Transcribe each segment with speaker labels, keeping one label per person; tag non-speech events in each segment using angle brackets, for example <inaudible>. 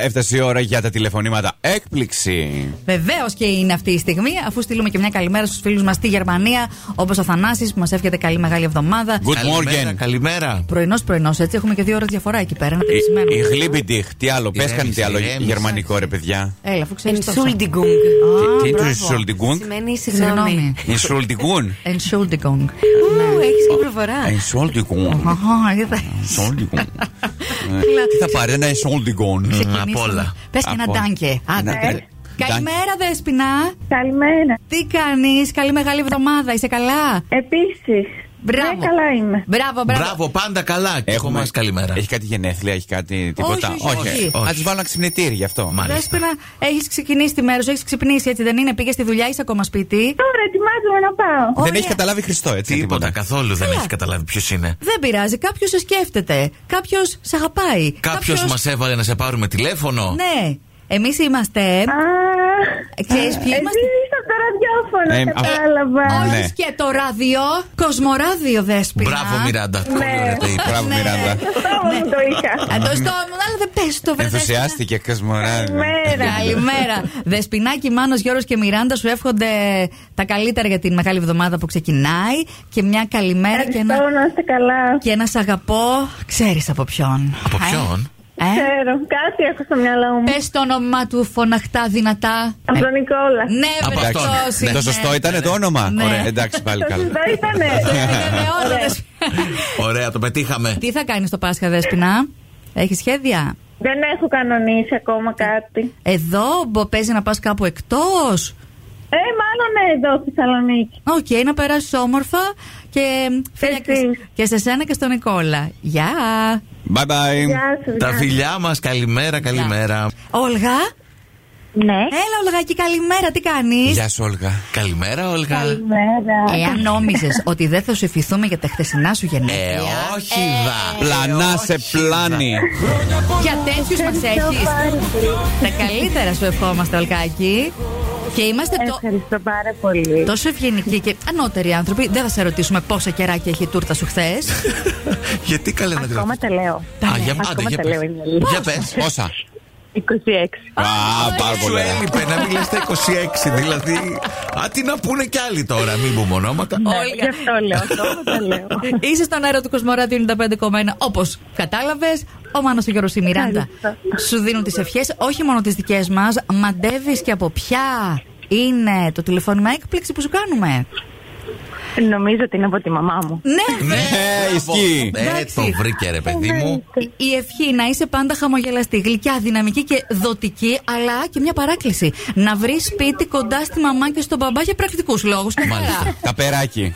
Speaker 1: Έφτασε η ώρα για τα τηλεφωνήματα έκπληξη.
Speaker 2: Βεβαίως και είναι αυτή η στιγμή, αφού στείλουμε και μια καλημέρα στους φίλους μας στη Γερμανία, όπως ο Θανάσης που μας εύχεται καλή μεγάλη εβδομάδα.
Speaker 1: Good
Speaker 3: Καλημέρα,
Speaker 1: morning.
Speaker 3: Καλημέρα.
Speaker 2: Πρωινός πρωινός, έτσι έχουμε και δύο ώρες διαφορά εκεί πέρα, να
Speaker 1: Ε,
Speaker 2: τα επισημαίνουμε.
Speaker 1: Η, η Γλίμπιντιχ, τι άλλο, πες κάνει τι
Speaker 3: Ηρέμησε,
Speaker 1: άλλο
Speaker 3: ηρέμησε.
Speaker 1: γερμανικό ρε παιδιά.
Speaker 2: Έλα, αφού ξέρεις.
Speaker 4: Entschuldigung.
Speaker 1: Τι είναι το Ισολτιγκούν.
Speaker 4: Σημαίνει συγγνώμη.
Speaker 2: Συγγνώμη.
Speaker 1: Ισολτιγκούν.
Speaker 2: Entschuldigung.
Speaker 4: Έχεις και
Speaker 1: Ε.
Speaker 4: προφορά.
Speaker 1: Ισολτιγκούν.
Speaker 2: Αχα, είδα.
Speaker 1: Τι θα πάρει, ένα Ισολτιγκούν.
Speaker 3: Απ' όλα.
Speaker 2: Πες και ένα
Speaker 1: Απ' όλα.
Speaker 2: ντάνκε. Άντε.
Speaker 1: Ένα ντάνκε.
Speaker 2: Καλημέρα, Δέσπινα.
Speaker 5: Καλημέρα.
Speaker 2: Τι κάνεις, καλή μεγάλη εβδομάδα, είσαι καλά.
Speaker 5: Επίσης.
Speaker 2: Μπράβο.
Speaker 5: Ναι, καλά είμαι.
Speaker 2: Μπράβο, μπράβο.
Speaker 3: Μπράβο, πάντα καλά. Και
Speaker 1: Έχουμε-
Speaker 3: έχουμε μας καλημέρα.
Speaker 1: Έχει κάτι γενέθλια, έχει κάτι τίποτα.
Speaker 2: όχι, όχι.
Speaker 1: Να του βάλω ένα ξυπνητήρι γι' αυτό.
Speaker 3: Μάλιστα.
Speaker 2: Δέσπινα, έχεις ξεκινήσει τη μέρα σου, έχεις ξυπνήσει, έτσι δεν είναι. Πήγες στη δουλειά, είσαι ακόμα σπίτι.
Speaker 5: Τώρα ετοιμάζομαι να πάω.
Speaker 1: Δεν
Speaker 2: Ωραία.
Speaker 1: έχει καταλάβει Χριστό, έτσι.
Speaker 3: Τίποτα, καθόλου δεν
Speaker 2: Καλά.
Speaker 3: έχει καταλάβει ποιος είναι.
Speaker 2: Δεν πειράζει. Κάποιος σε σκέφτεται. Κάποιος σε αγαπάει.
Speaker 3: Κάποιος μας έβαλε να σε πάρουμε τηλέφωνο.
Speaker 2: Ναι. Εμείς είμαστε.
Speaker 3: Ναι.
Speaker 5: Α,
Speaker 2: Ξέρεις ποιοι είμαστε?
Speaker 5: Εσύ είσαι από το ραδιόφωνο,
Speaker 1: Ε, α-
Speaker 5: κατάλαβα.
Speaker 1: Ε,
Speaker 2: Όχι
Speaker 1: ναι.
Speaker 2: και το ράδιο. Κοσμοράδιο δέσπινα.
Speaker 3: Μπράβο, Μιράντα.
Speaker 5: Ναι.
Speaker 3: Τι ωραία τα είπα.
Speaker 1: Μπράβο,
Speaker 2: Ναι.
Speaker 1: Μιράντα.
Speaker 5: Μπράβο μου το είχα.
Speaker 2: Α, το στόμα μου, αλλά δεν πες το βρε,
Speaker 1: Ενθουσιάστηκε, κασμοράδι.
Speaker 5: Καλημέρα.
Speaker 2: Δέσποινα. Καλημέρα. Δεσπινάκι, Μάνος, Γιώργος και Μιράντα σου εύχονται τα καλύτερα για την μεγάλη εβδομάδα που ξεκινάει και μια καλημέρα και
Speaker 5: Ευχαριστώ
Speaker 2: <laughs> ένα,
Speaker 5: Ε, να είστε καλά.
Speaker 2: και ένα σ' αγαπώ. Ξέρεις από ποιον.
Speaker 3: Από
Speaker 2: Ε?
Speaker 3: ποιον?
Speaker 2: Ε?
Speaker 5: Ξέρω, κάτι έχω στο μυαλό μου.
Speaker 2: Πες το όνομά του φωναχτά δυνατά.
Speaker 3: Ε,
Speaker 5: Από τον Νικόλας.
Speaker 2: Ναι,
Speaker 3: Από
Speaker 2: βρε, ναι.
Speaker 3: αυτόν.
Speaker 2: αυτός είναι.
Speaker 1: Το σωστό ήταν το όνομα.
Speaker 2: Ναι.
Speaker 1: Ωραία, εντάξει, πάλι καλά.
Speaker 5: Εδώ ήτανε.
Speaker 1: <laughs>
Speaker 2: Είναι όνομα,
Speaker 5: Ωραία.
Speaker 2: Δέσποινα.
Speaker 3: Ωραία, το πετύχαμε.
Speaker 2: Τι θα κάνεις το Πάσχα, Δέσπινα, έχεις σχέδια.
Speaker 5: Δεν έχω κανονίσει ακόμα κάτι.
Speaker 2: Εδώ μπο, παίζει να πας κάπου εκτός.
Speaker 5: Ε, μάλλον ναι, εδώ στη Θεσσαλονίκη.
Speaker 2: Οκ, να περάσεις όμορφα και φίλια και,
Speaker 5: Εσύ.
Speaker 2: και σε σένα και στον Νικόλα. Γεια!
Speaker 1: Bye bye.
Speaker 5: Γεια σας.
Speaker 3: Τα
Speaker 5: γεια.
Speaker 3: φιλιά μας, καλημέρα, καλημέρα.
Speaker 2: Όλγα!
Speaker 5: Ναι.
Speaker 2: Έλα, Όλγακι, καλημέρα, τι κάνεις.
Speaker 1: Γεια σου, Όλγα.
Speaker 3: Καλημέρα, Όλγα.
Speaker 5: Καλημέρα.
Speaker 2: Εάν νόμιζε Ε, ότι δεν θα σου ευχηθούμε για τα χτεσινά σου
Speaker 3: Ε,
Speaker 2: γενέθλια.
Speaker 3: όχι,
Speaker 5: ε.
Speaker 3: δα. Ε,
Speaker 1: Πλανά σε πλάνη.
Speaker 2: Για τέτοιους μας έχεις. Τα καλύτερα σου ευχόμαστε, Ολγάκη. Και είμαστε το,
Speaker 5: Ευχαριστώ πάρα πολύ.
Speaker 2: τόσο ευγενικοί και ανώτεροι άνθρωποι. Δεν θα σε ρωτήσουμε πόσα κεράκια έχει η τούρτα σου χθες.
Speaker 3: <laughs> Γιατί καλέ να
Speaker 5: Ακόμα
Speaker 3: γράφει.
Speaker 5: τα λέω.
Speaker 3: Α, για
Speaker 5: Ακόμα
Speaker 3: άντε, για
Speaker 5: τα
Speaker 3: πες.
Speaker 5: λέω, είναι αλήθεια.
Speaker 3: Για πες.
Speaker 1: Πόσα.
Speaker 5: 26.
Speaker 1: Α, πάρα
Speaker 3: Σου
Speaker 1: πολύ.
Speaker 3: έλειπε να μιλάς στα 26, δηλαδή. Α, τι να πούνε κι άλλοι τώρα, μην πούμε ονόματα.
Speaker 2: Όλγα.
Speaker 5: Γι' αυτό λέω, ακόμα τα λέω.
Speaker 2: Είσαι στον αέρα του Κοσμοράδιου 95,1. Όπως κατάλαβες, ο Μάνος και ο Γιώργος, η Μιράντα σου δίνουν τις ευχές, όχι μόνο τις δικές μας. Μαντεύεις και από ποια είναι το τηλεφώνημα έκπληξη που σου κάνουμε.
Speaker 5: Νομίζω ότι είναι από τη μαμά μου.
Speaker 2: Ναι,
Speaker 3: Ναι,
Speaker 1: Ε,
Speaker 3: μπράβο.
Speaker 1: ισχύει.
Speaker 3: Ε,
Speaker 2: Εντάξει.
Speaker 3: το βρήκε, ρε παιδί
Speaker 2: Ναι.
Speaker 3: μου.
Speaker 2: Η ευχή να είσαι πάντα χαμογελαστή, γλυκιά, δυναμική και δοτική, αλλά και μια παράκληση. Να βρεις σπίτι κοντά στη μαμά και στον μπαμπά για πρακτικούς λόγους.
Speaker 3: Μάλιστα.
Speaker 1: Τα περάκι.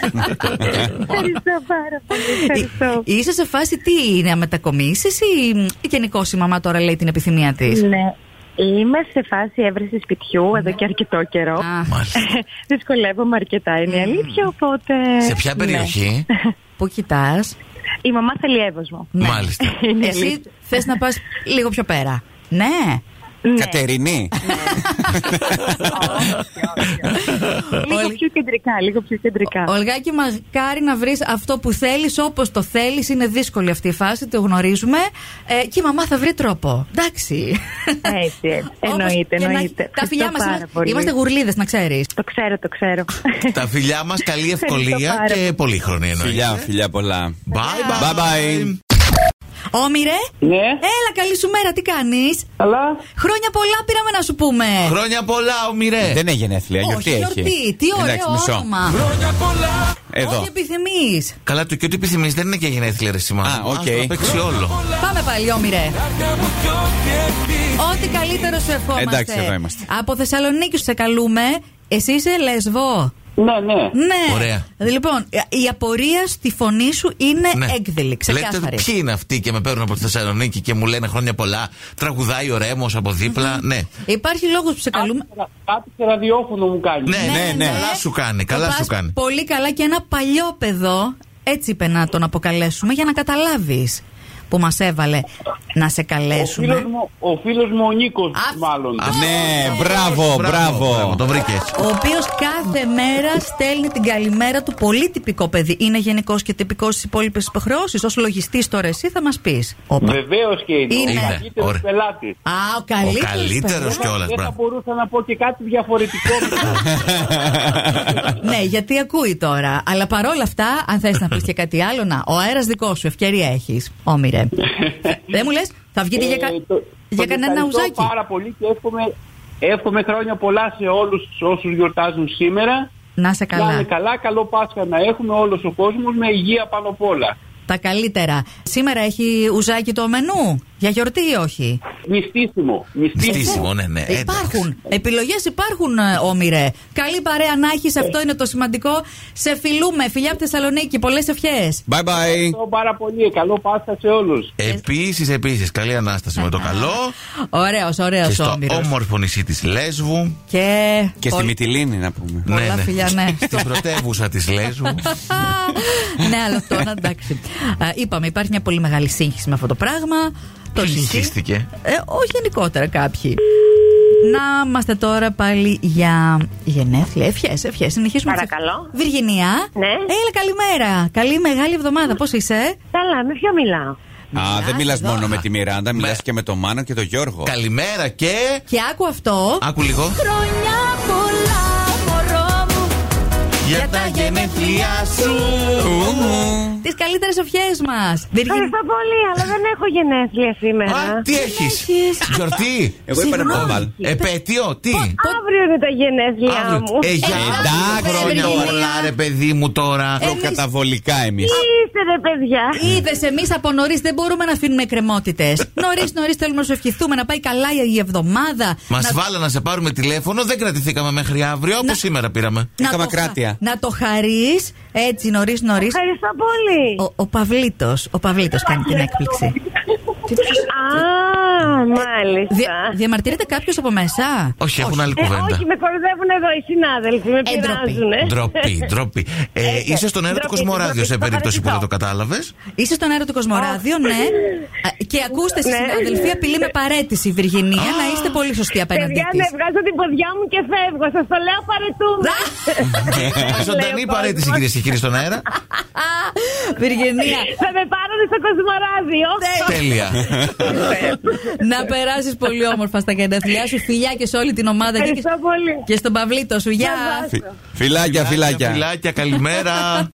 Speaker 5: Ευχαριστώ πάρα πολύ. Ευχαριστώ.
Speaker 2: Είσαι σε φάση τι είναι, μετακομίσεις ή γενικώς η μαμά τώρα λέει την επιθυμία
Speaker 3: Ε,
Speaker 2: της.
Speaker 5: Ναι. Είμαι σε φάση έβρεση σπιτιού εδώ και αρκετό καιρό.
Speaker 3: Μάλιστα.
Speaker 5: <laughs> Δυσκολεύομαι αρκετά, είναι η αλήθεια, οπότε...
Speaker 3: Σε ποια
Speaker 5: ναι.
Speaker 3: περιοχή,
Speaker 2: Πού κοιτάς.
Speaker 5: <laughs> Η μαμά θέλει εύωσμο.
Speaker 2: <laughs>
Speaker 3: μάλιστα.
Speaker 5: Είναι η
Speaker 2: Ναι. Εσύ
Speaker 5: αλήθεια.
Speaker 2: θες να πας λίγο πιο πέρα. Ναι.
Speaker 5: Ναι.
Speaker 1: Κατερινή.
Speaker 3: Ε,
Speaker 5: Λίγο
Speaker 2: Όλοι-
Speaker 5: πιο κεντρικά, λίγο πιο κεντρικά.
Speaker 2: Ολγάκη, μακάρι να βρεις αυτό που θέλεις όπως το θέλεις. Είναι δύσκολη αυτή η φάση, το γνωρίζουμε. Ε, και η μαμά θα βρει τρόπο. Εντάξει.
Speaker 5: Έτσι, έτσι.
Speaker 2: <laughs> Όπως
Speaker 5: Εννοείται,
Speaker 2: και να-
Speaker 5: εννοείται.
Speaker 2: Τα
Speaker 5: Ευχαριστώ
Speaker 2: φιλιά μας.
Speaker 5: πάρα πολύ.
Speaker 2: Είμαστε γουρλίδες, να ξέρεις.
Speaker 5: Το ξέρω, το ξέρω.
Speaker 3: Τα φιλιά μας, καλή
Speaker 5: Ευχαριστώ
Speaker 3: ευκολία
Speaker 5: πάρα
Speaker 3: και πολύχρονη
Speaker 1: <laughs>
Speaker 3: εννοείς.
Speaker 1: Φιλιά, φιλιά πολλά.
Speaker 3: Bye
Speaker 1: Bye bye.
Speaker 2: Όμοιρε.
Speaker 6: Ναι,
Speaker 2: Έλα, καλή σου μέρα, τι κάνεις.
Speaker 6: αλλά
Speaker 2: Χρόνια πολλά πήραμε να σου πούμε.
Speaker 3: Χρόνια πολλά, ο Μιρέ.
Speaker 1: Ε, Δεν έχει γενέθλια, γιορτή
Speaker 2: Όχι,
Speaker 1: έχει.
Speaker 2: γιορτή. Τι
Speaker 1: Εντάξει,
Speaker 2: ωραίο
Speaker 1: μισό.
Speaker 2: όνομα.
Speaker 1: Εδώ.
Speaker 2: Όχι επιθυμείς.
Speaker 3: Καλά, το και ό,τι επιθυμείς δεν είναι και γενέθλια ρε σημάδι.
Speaker 1: Α, οκ.
Speaker 3: Ας το παίξει όλο.
Speaker 2: Πάμε πάλι, όμοιρε. Ό,τι καλύτερο σε ευχόμαστε.
Speaker 1: Εντάξει, εδώ είμαστε.
Speaker 2: Από Θεσσαλονίκη σου σε καλούμε. Εσύ είσαι λεσβό.
Speaker 6: ναι, ναι.
Speaker 2: Ναι.
Speaker 3: Ωραία.
Speaker 2: Λοιπόν, η απορία στη φωνή σου είναι
Speaker 3: Ναι.
Speaker 2: έκδηλη,
Speaker 3: Λέτε
Speaker 2: ξεκάθαρη.
Speaker 3: ποιοι είναι αυτοί και με παίρνουν από τη Θεσσαλονίκη και μου λένε χρόνια πολλά. Τραγουδάει ο Ρέμος από δίπλα. Ναι.
Speaker 2: Υπάρχει λόγος που σε καλούμε.
Speaker 6: Κάτι σε ραδιόφωνο μου κάνει.
Speaker 3: Ναι, ναι,
Speaker 2: ναι.
Speaker 3: ναι. Καλά σου κάνει, καλά
Speaker 2: Το
Speaker 3: σου
Speaker 2: πας
Speaker 3: κάνει.
Speaker 2: Πολύ καλά και ένα παλιό παιδό, έτσι είπε να τον αποκαλέσουμε, για να καταλάβεις. που μας έβαλε να σε
Speaker 6: Ο
Speaker 2: καλέσουμε.
Speaker 6: φίλος μου, ο, φίλος μου ο Νίκος
Speaker 2: Α,
Speaker 6: μάλλον.
Speaker 3: Α,
Speaker 1: Ναι, μπράβο, μπράβο.
Speaker 3: Το βρήκες.
Speaker 2: Ο οποίος κάθε μέρα στέλνει την καλημέρα του πολύ τυπικό παιδί. Είναι γενικός και τυπικός στις υπόλοιπες υποχρεώσεις. Ως λογιστής τώρα, εσύ θα μας πεις.
Speaker 6: Βεβαίως και είναι.
Speaker 2: Είναι.
Speaker 6: Ο
Speaker 3: Ωραία.
Speaker 6: καλύτερος πελάτης.
Speaker 2: Α, ο
Speaker 3: Ο
Speaker 2: καλύτερος.
Speaker 3: καλύτερο κιόλα.
Speaker 6: Δεν θα μπορούσα να πω και κάτι
Speaker 2: <laughs>
Speaker 6: διαφορετικό.
Speaker 2: ναι, γιατί ακούει τώρα. Αλλά παρόλα αυτά, αν θες να πεις και κάτι άλλο, να. Ο αέρας δικός σου, ευκαιρία έχεις. Όμοιρε. Δεν μου λες, θα βγείτε για, κα...
Speaker 6: Ε, το-
Speaker 2: για
Speaker 6: τον
Speaker 2: κανένα
Speaker 6: ευχαριστώ
Speaker 2: ουζάκι.
Speaker 6: πάρα πολύ και εύχομαι, εύχομαι χρόνια πολλά σε όλους όσους γιορτάζουν σήμερα.
Speaker 2: Να σε
Speaker 6: Να είναι
Speaker 2: καλά.
Speaker 6: καλά, καλό Πάσχα να έχουμε όλος ο κόσμος με υγεία πάνω απ' όλα.
Speaker 2: Τα καλύτερα. Σήμερα έχει ουζάκι το μενού. Για γιορτή ή όχι.
Speaker 6: Μυστίσιμο. Μυστίσιμο.
Speaker 3: Στήσιμο, ναι, ναι. εντάξει.
Speaker 2: Υπάρχουν. Επιλογές υπάρχουν, ε, Όμηρε. Καλή παρέα να έχεις, αυτό είναι το σημαντικό. Σε φιλούμε. Φιλιά από τη Θεσσαλονίκη. Πολλές ευχές.
Speaker 1: Bye bye.
Speaker 6: Ευχαριστώ πάρα πολύ. Καλό Πάσχα σε όλους.
Speaker 3: Επίσης, επίσης, καλή ανάσταση με το
Speaker 2: Ναι.
Speaker 3: καλό.
Speaker 2: Ωραίος, ωραίος
Speaker 3: Και στο
Speaker 2: Όμηρος.
Speaker 3: όμορφο νησί της Λέσβου.
Speaker 2: Και.
Speaker 1: Και στη
Speaker 2: Πολύ-
Speaker 1: Μυτιλίνη να πούμε.
Speaker 2: Πολλά φιλιά, ναι.
Speaker 3: <laughs> Στην πρωτεύουσα της
Speaker 2: <laughs>
Speaker 3: Λέσβου.
Speaker 2: <laughs> ναι, αλλά αυτό να εντάξει. Ε, Είπαμε, υπάρχει μια πολύ μεγάλη σύγχυση με αυτό το πράγμα. Το
Speaker 3: Ποιος
Speaker 2: νησί.
Speaker 3: συγχύστηκε?
Speaker 2: Ε, όχι γενικότερα κάποιοι. Να είμαστε τώρα πάλι για γενέθλια. Ευχές, ευχές. Συνεχίζουμε. τις
Speaker 5: Παρακαλώ.
Speaker 2: ευχές. Βιργινία.
Speaker 5: Ναι.
Speaker 2: Έλα, καλημέρα. Καλή μεγάλη εβδομάδα. Πώς είσαι,
Speaker 5: Καλά, με ποιο μιλάω.
Speaker 1: Α,
Speaker 2: Μιλάς
Speaker 1: δεν μιλάς
Speaker 2: εδώ.
Speaker 1: μόνο με τη Μιράντα, μιλάς και με τον Μάνο και τον Γιώργο.
Speaker 3: Καλημέρα και.
Speaker 2: Και άκου αυτό.
Speaker 3: Άκου λίγο.
Speaker 2: Χρόνια πολλά, μωρό μου.
Speaker 3: Για τα γενέθλιά σου.
Speaker 1: Ου, μου.
Speaker 2: Τις καλύτερες ευχές μας.
Speaker 5: Ευχαριστώ πολύ, αλλά δεν έχω γενέθλια σήμερα.
Speaker 3: Α, τι έχεις.
Speaker 2: έχεις.
Speaker 3: Γιορτή. Ε,
Speaker 1: Εγώ είπα να
Speaker 2: Συγγνώμη.
Speaker 1: πω βάλ.
Speaker 3: Επέτειο, τι.
Speaker 5: Αύριο είναι τα γενέθλιά μου.
Speaker 3: Αύριο. Ε, για
Speaker 2: Εντάξει,
Speaker 3: χρόνια
Speaker 2: παιδιά.
Speaker 3: πολλά, ρε παιδί μου τώρα.
Speaker 1: Ε, Προκαταβολικά εμεί.
Speaker 5: Τι είστε ρε παιδιά.
Speaker 2: Είδε, εμείς από νωρίς δεν μπορούμε να αφήνουμε εκκρεμότητες. νωρίς, νωρίς θέλουμε να σου ευχηθούμε, να πάει καλά η εβδομάδα.
Speaker 3: Μας
Speaker 2: να,
Speaker 3: βάλα να σε πάρουμε τηλέφωνο, δεν κρατηθήκαμε μέχρι αύριο, όπως σήμερα πήραμε.
Speaker 2: να
Speaker 1: Έκαμα
Speaker 2: το χα-
Speaker 1: κράτεια.
Speaker 2: Να το χαρείς έτσι νωρίς, νωρίς.
Speaker 5: Ευχαριστώ πολύ.
Speaker 2: Ο, ο Παυλίτος ο Παυλίτος κάνει την έκπληξη.
Speaker 5: Α,
Speaker 2: Δια,
Speaker 5: μάλιστα.
Speaker 2: διαμαρτυρείται κάποιος από μέσα.
Speaker 3: Όχι, έχουν άλλη
Speaker 5: Ε,
Speaker 3: κουβέντα.
Speaker 5: όχι, με κορδεύουν εδώ οι συνάδελφοι, με
Speaker 2: Ε, ντροπή.
Speaker 5: πειράζουνε.
Speaker 3: Ντροπή, ντροπή. Ε,
Speaker 5: Έχει.
Speaker 3: είσαι στον αέρα του
Speaker 5: Ντροπή,
Speaker 3: Κοσμοράδιο
Speaker 5: ντροπή,
Speaker 3: σε
Speaker 5: το
Speaker 3: περίπτωση που δεν το
Speaker 5: παρατηθώ.
Speaker 3: κατάλαβες.
Speaker 2: Είσαι στον αέρα του Κοσμοράδιο, ναι. Α, Και ακούστε εσεί,
Speaker 5: Ναι.
Speaker 2: συναδελφοί, απειλή με παρέτηση η Βυργινία να είστε πολύ σωστοί απέναντί
Speaker 5: Παιδιά, ναι,
Speaker 2: της.
Speaker 5: να βγάζω την ποδιά μου και φεύγω. Σας το λέω παρετούμε.
Speaker 3: Ε, Ζωντανή
Speaker 5: Λέω,
Speaker 3: παρέτηση,
Speaker 5: κόσμος.
Speaker 3: κυρίες και κύριοι, στον αέρα.
Speaker 2: Βυργινία,
Speaker 5: Θα με πάρουν στο Κοσμοράδιο.
Speaker 3: Ναι. Τέλεια.
Speaker 2: να περάσεις πολύ όμορφα στα γενέθλιά σου. Φιλιά και σε όλη την ομάδα και,
Speaker 5: Ευχαριστώ πολύ.
Speaker 2: και στον Παυλίτο σου. Γεια.
Speaker 5: Γεια σας.
Speaker 1: Φιλάκια, φιλάκια.
Speaker 3: Φιλάκια, καλημέρα.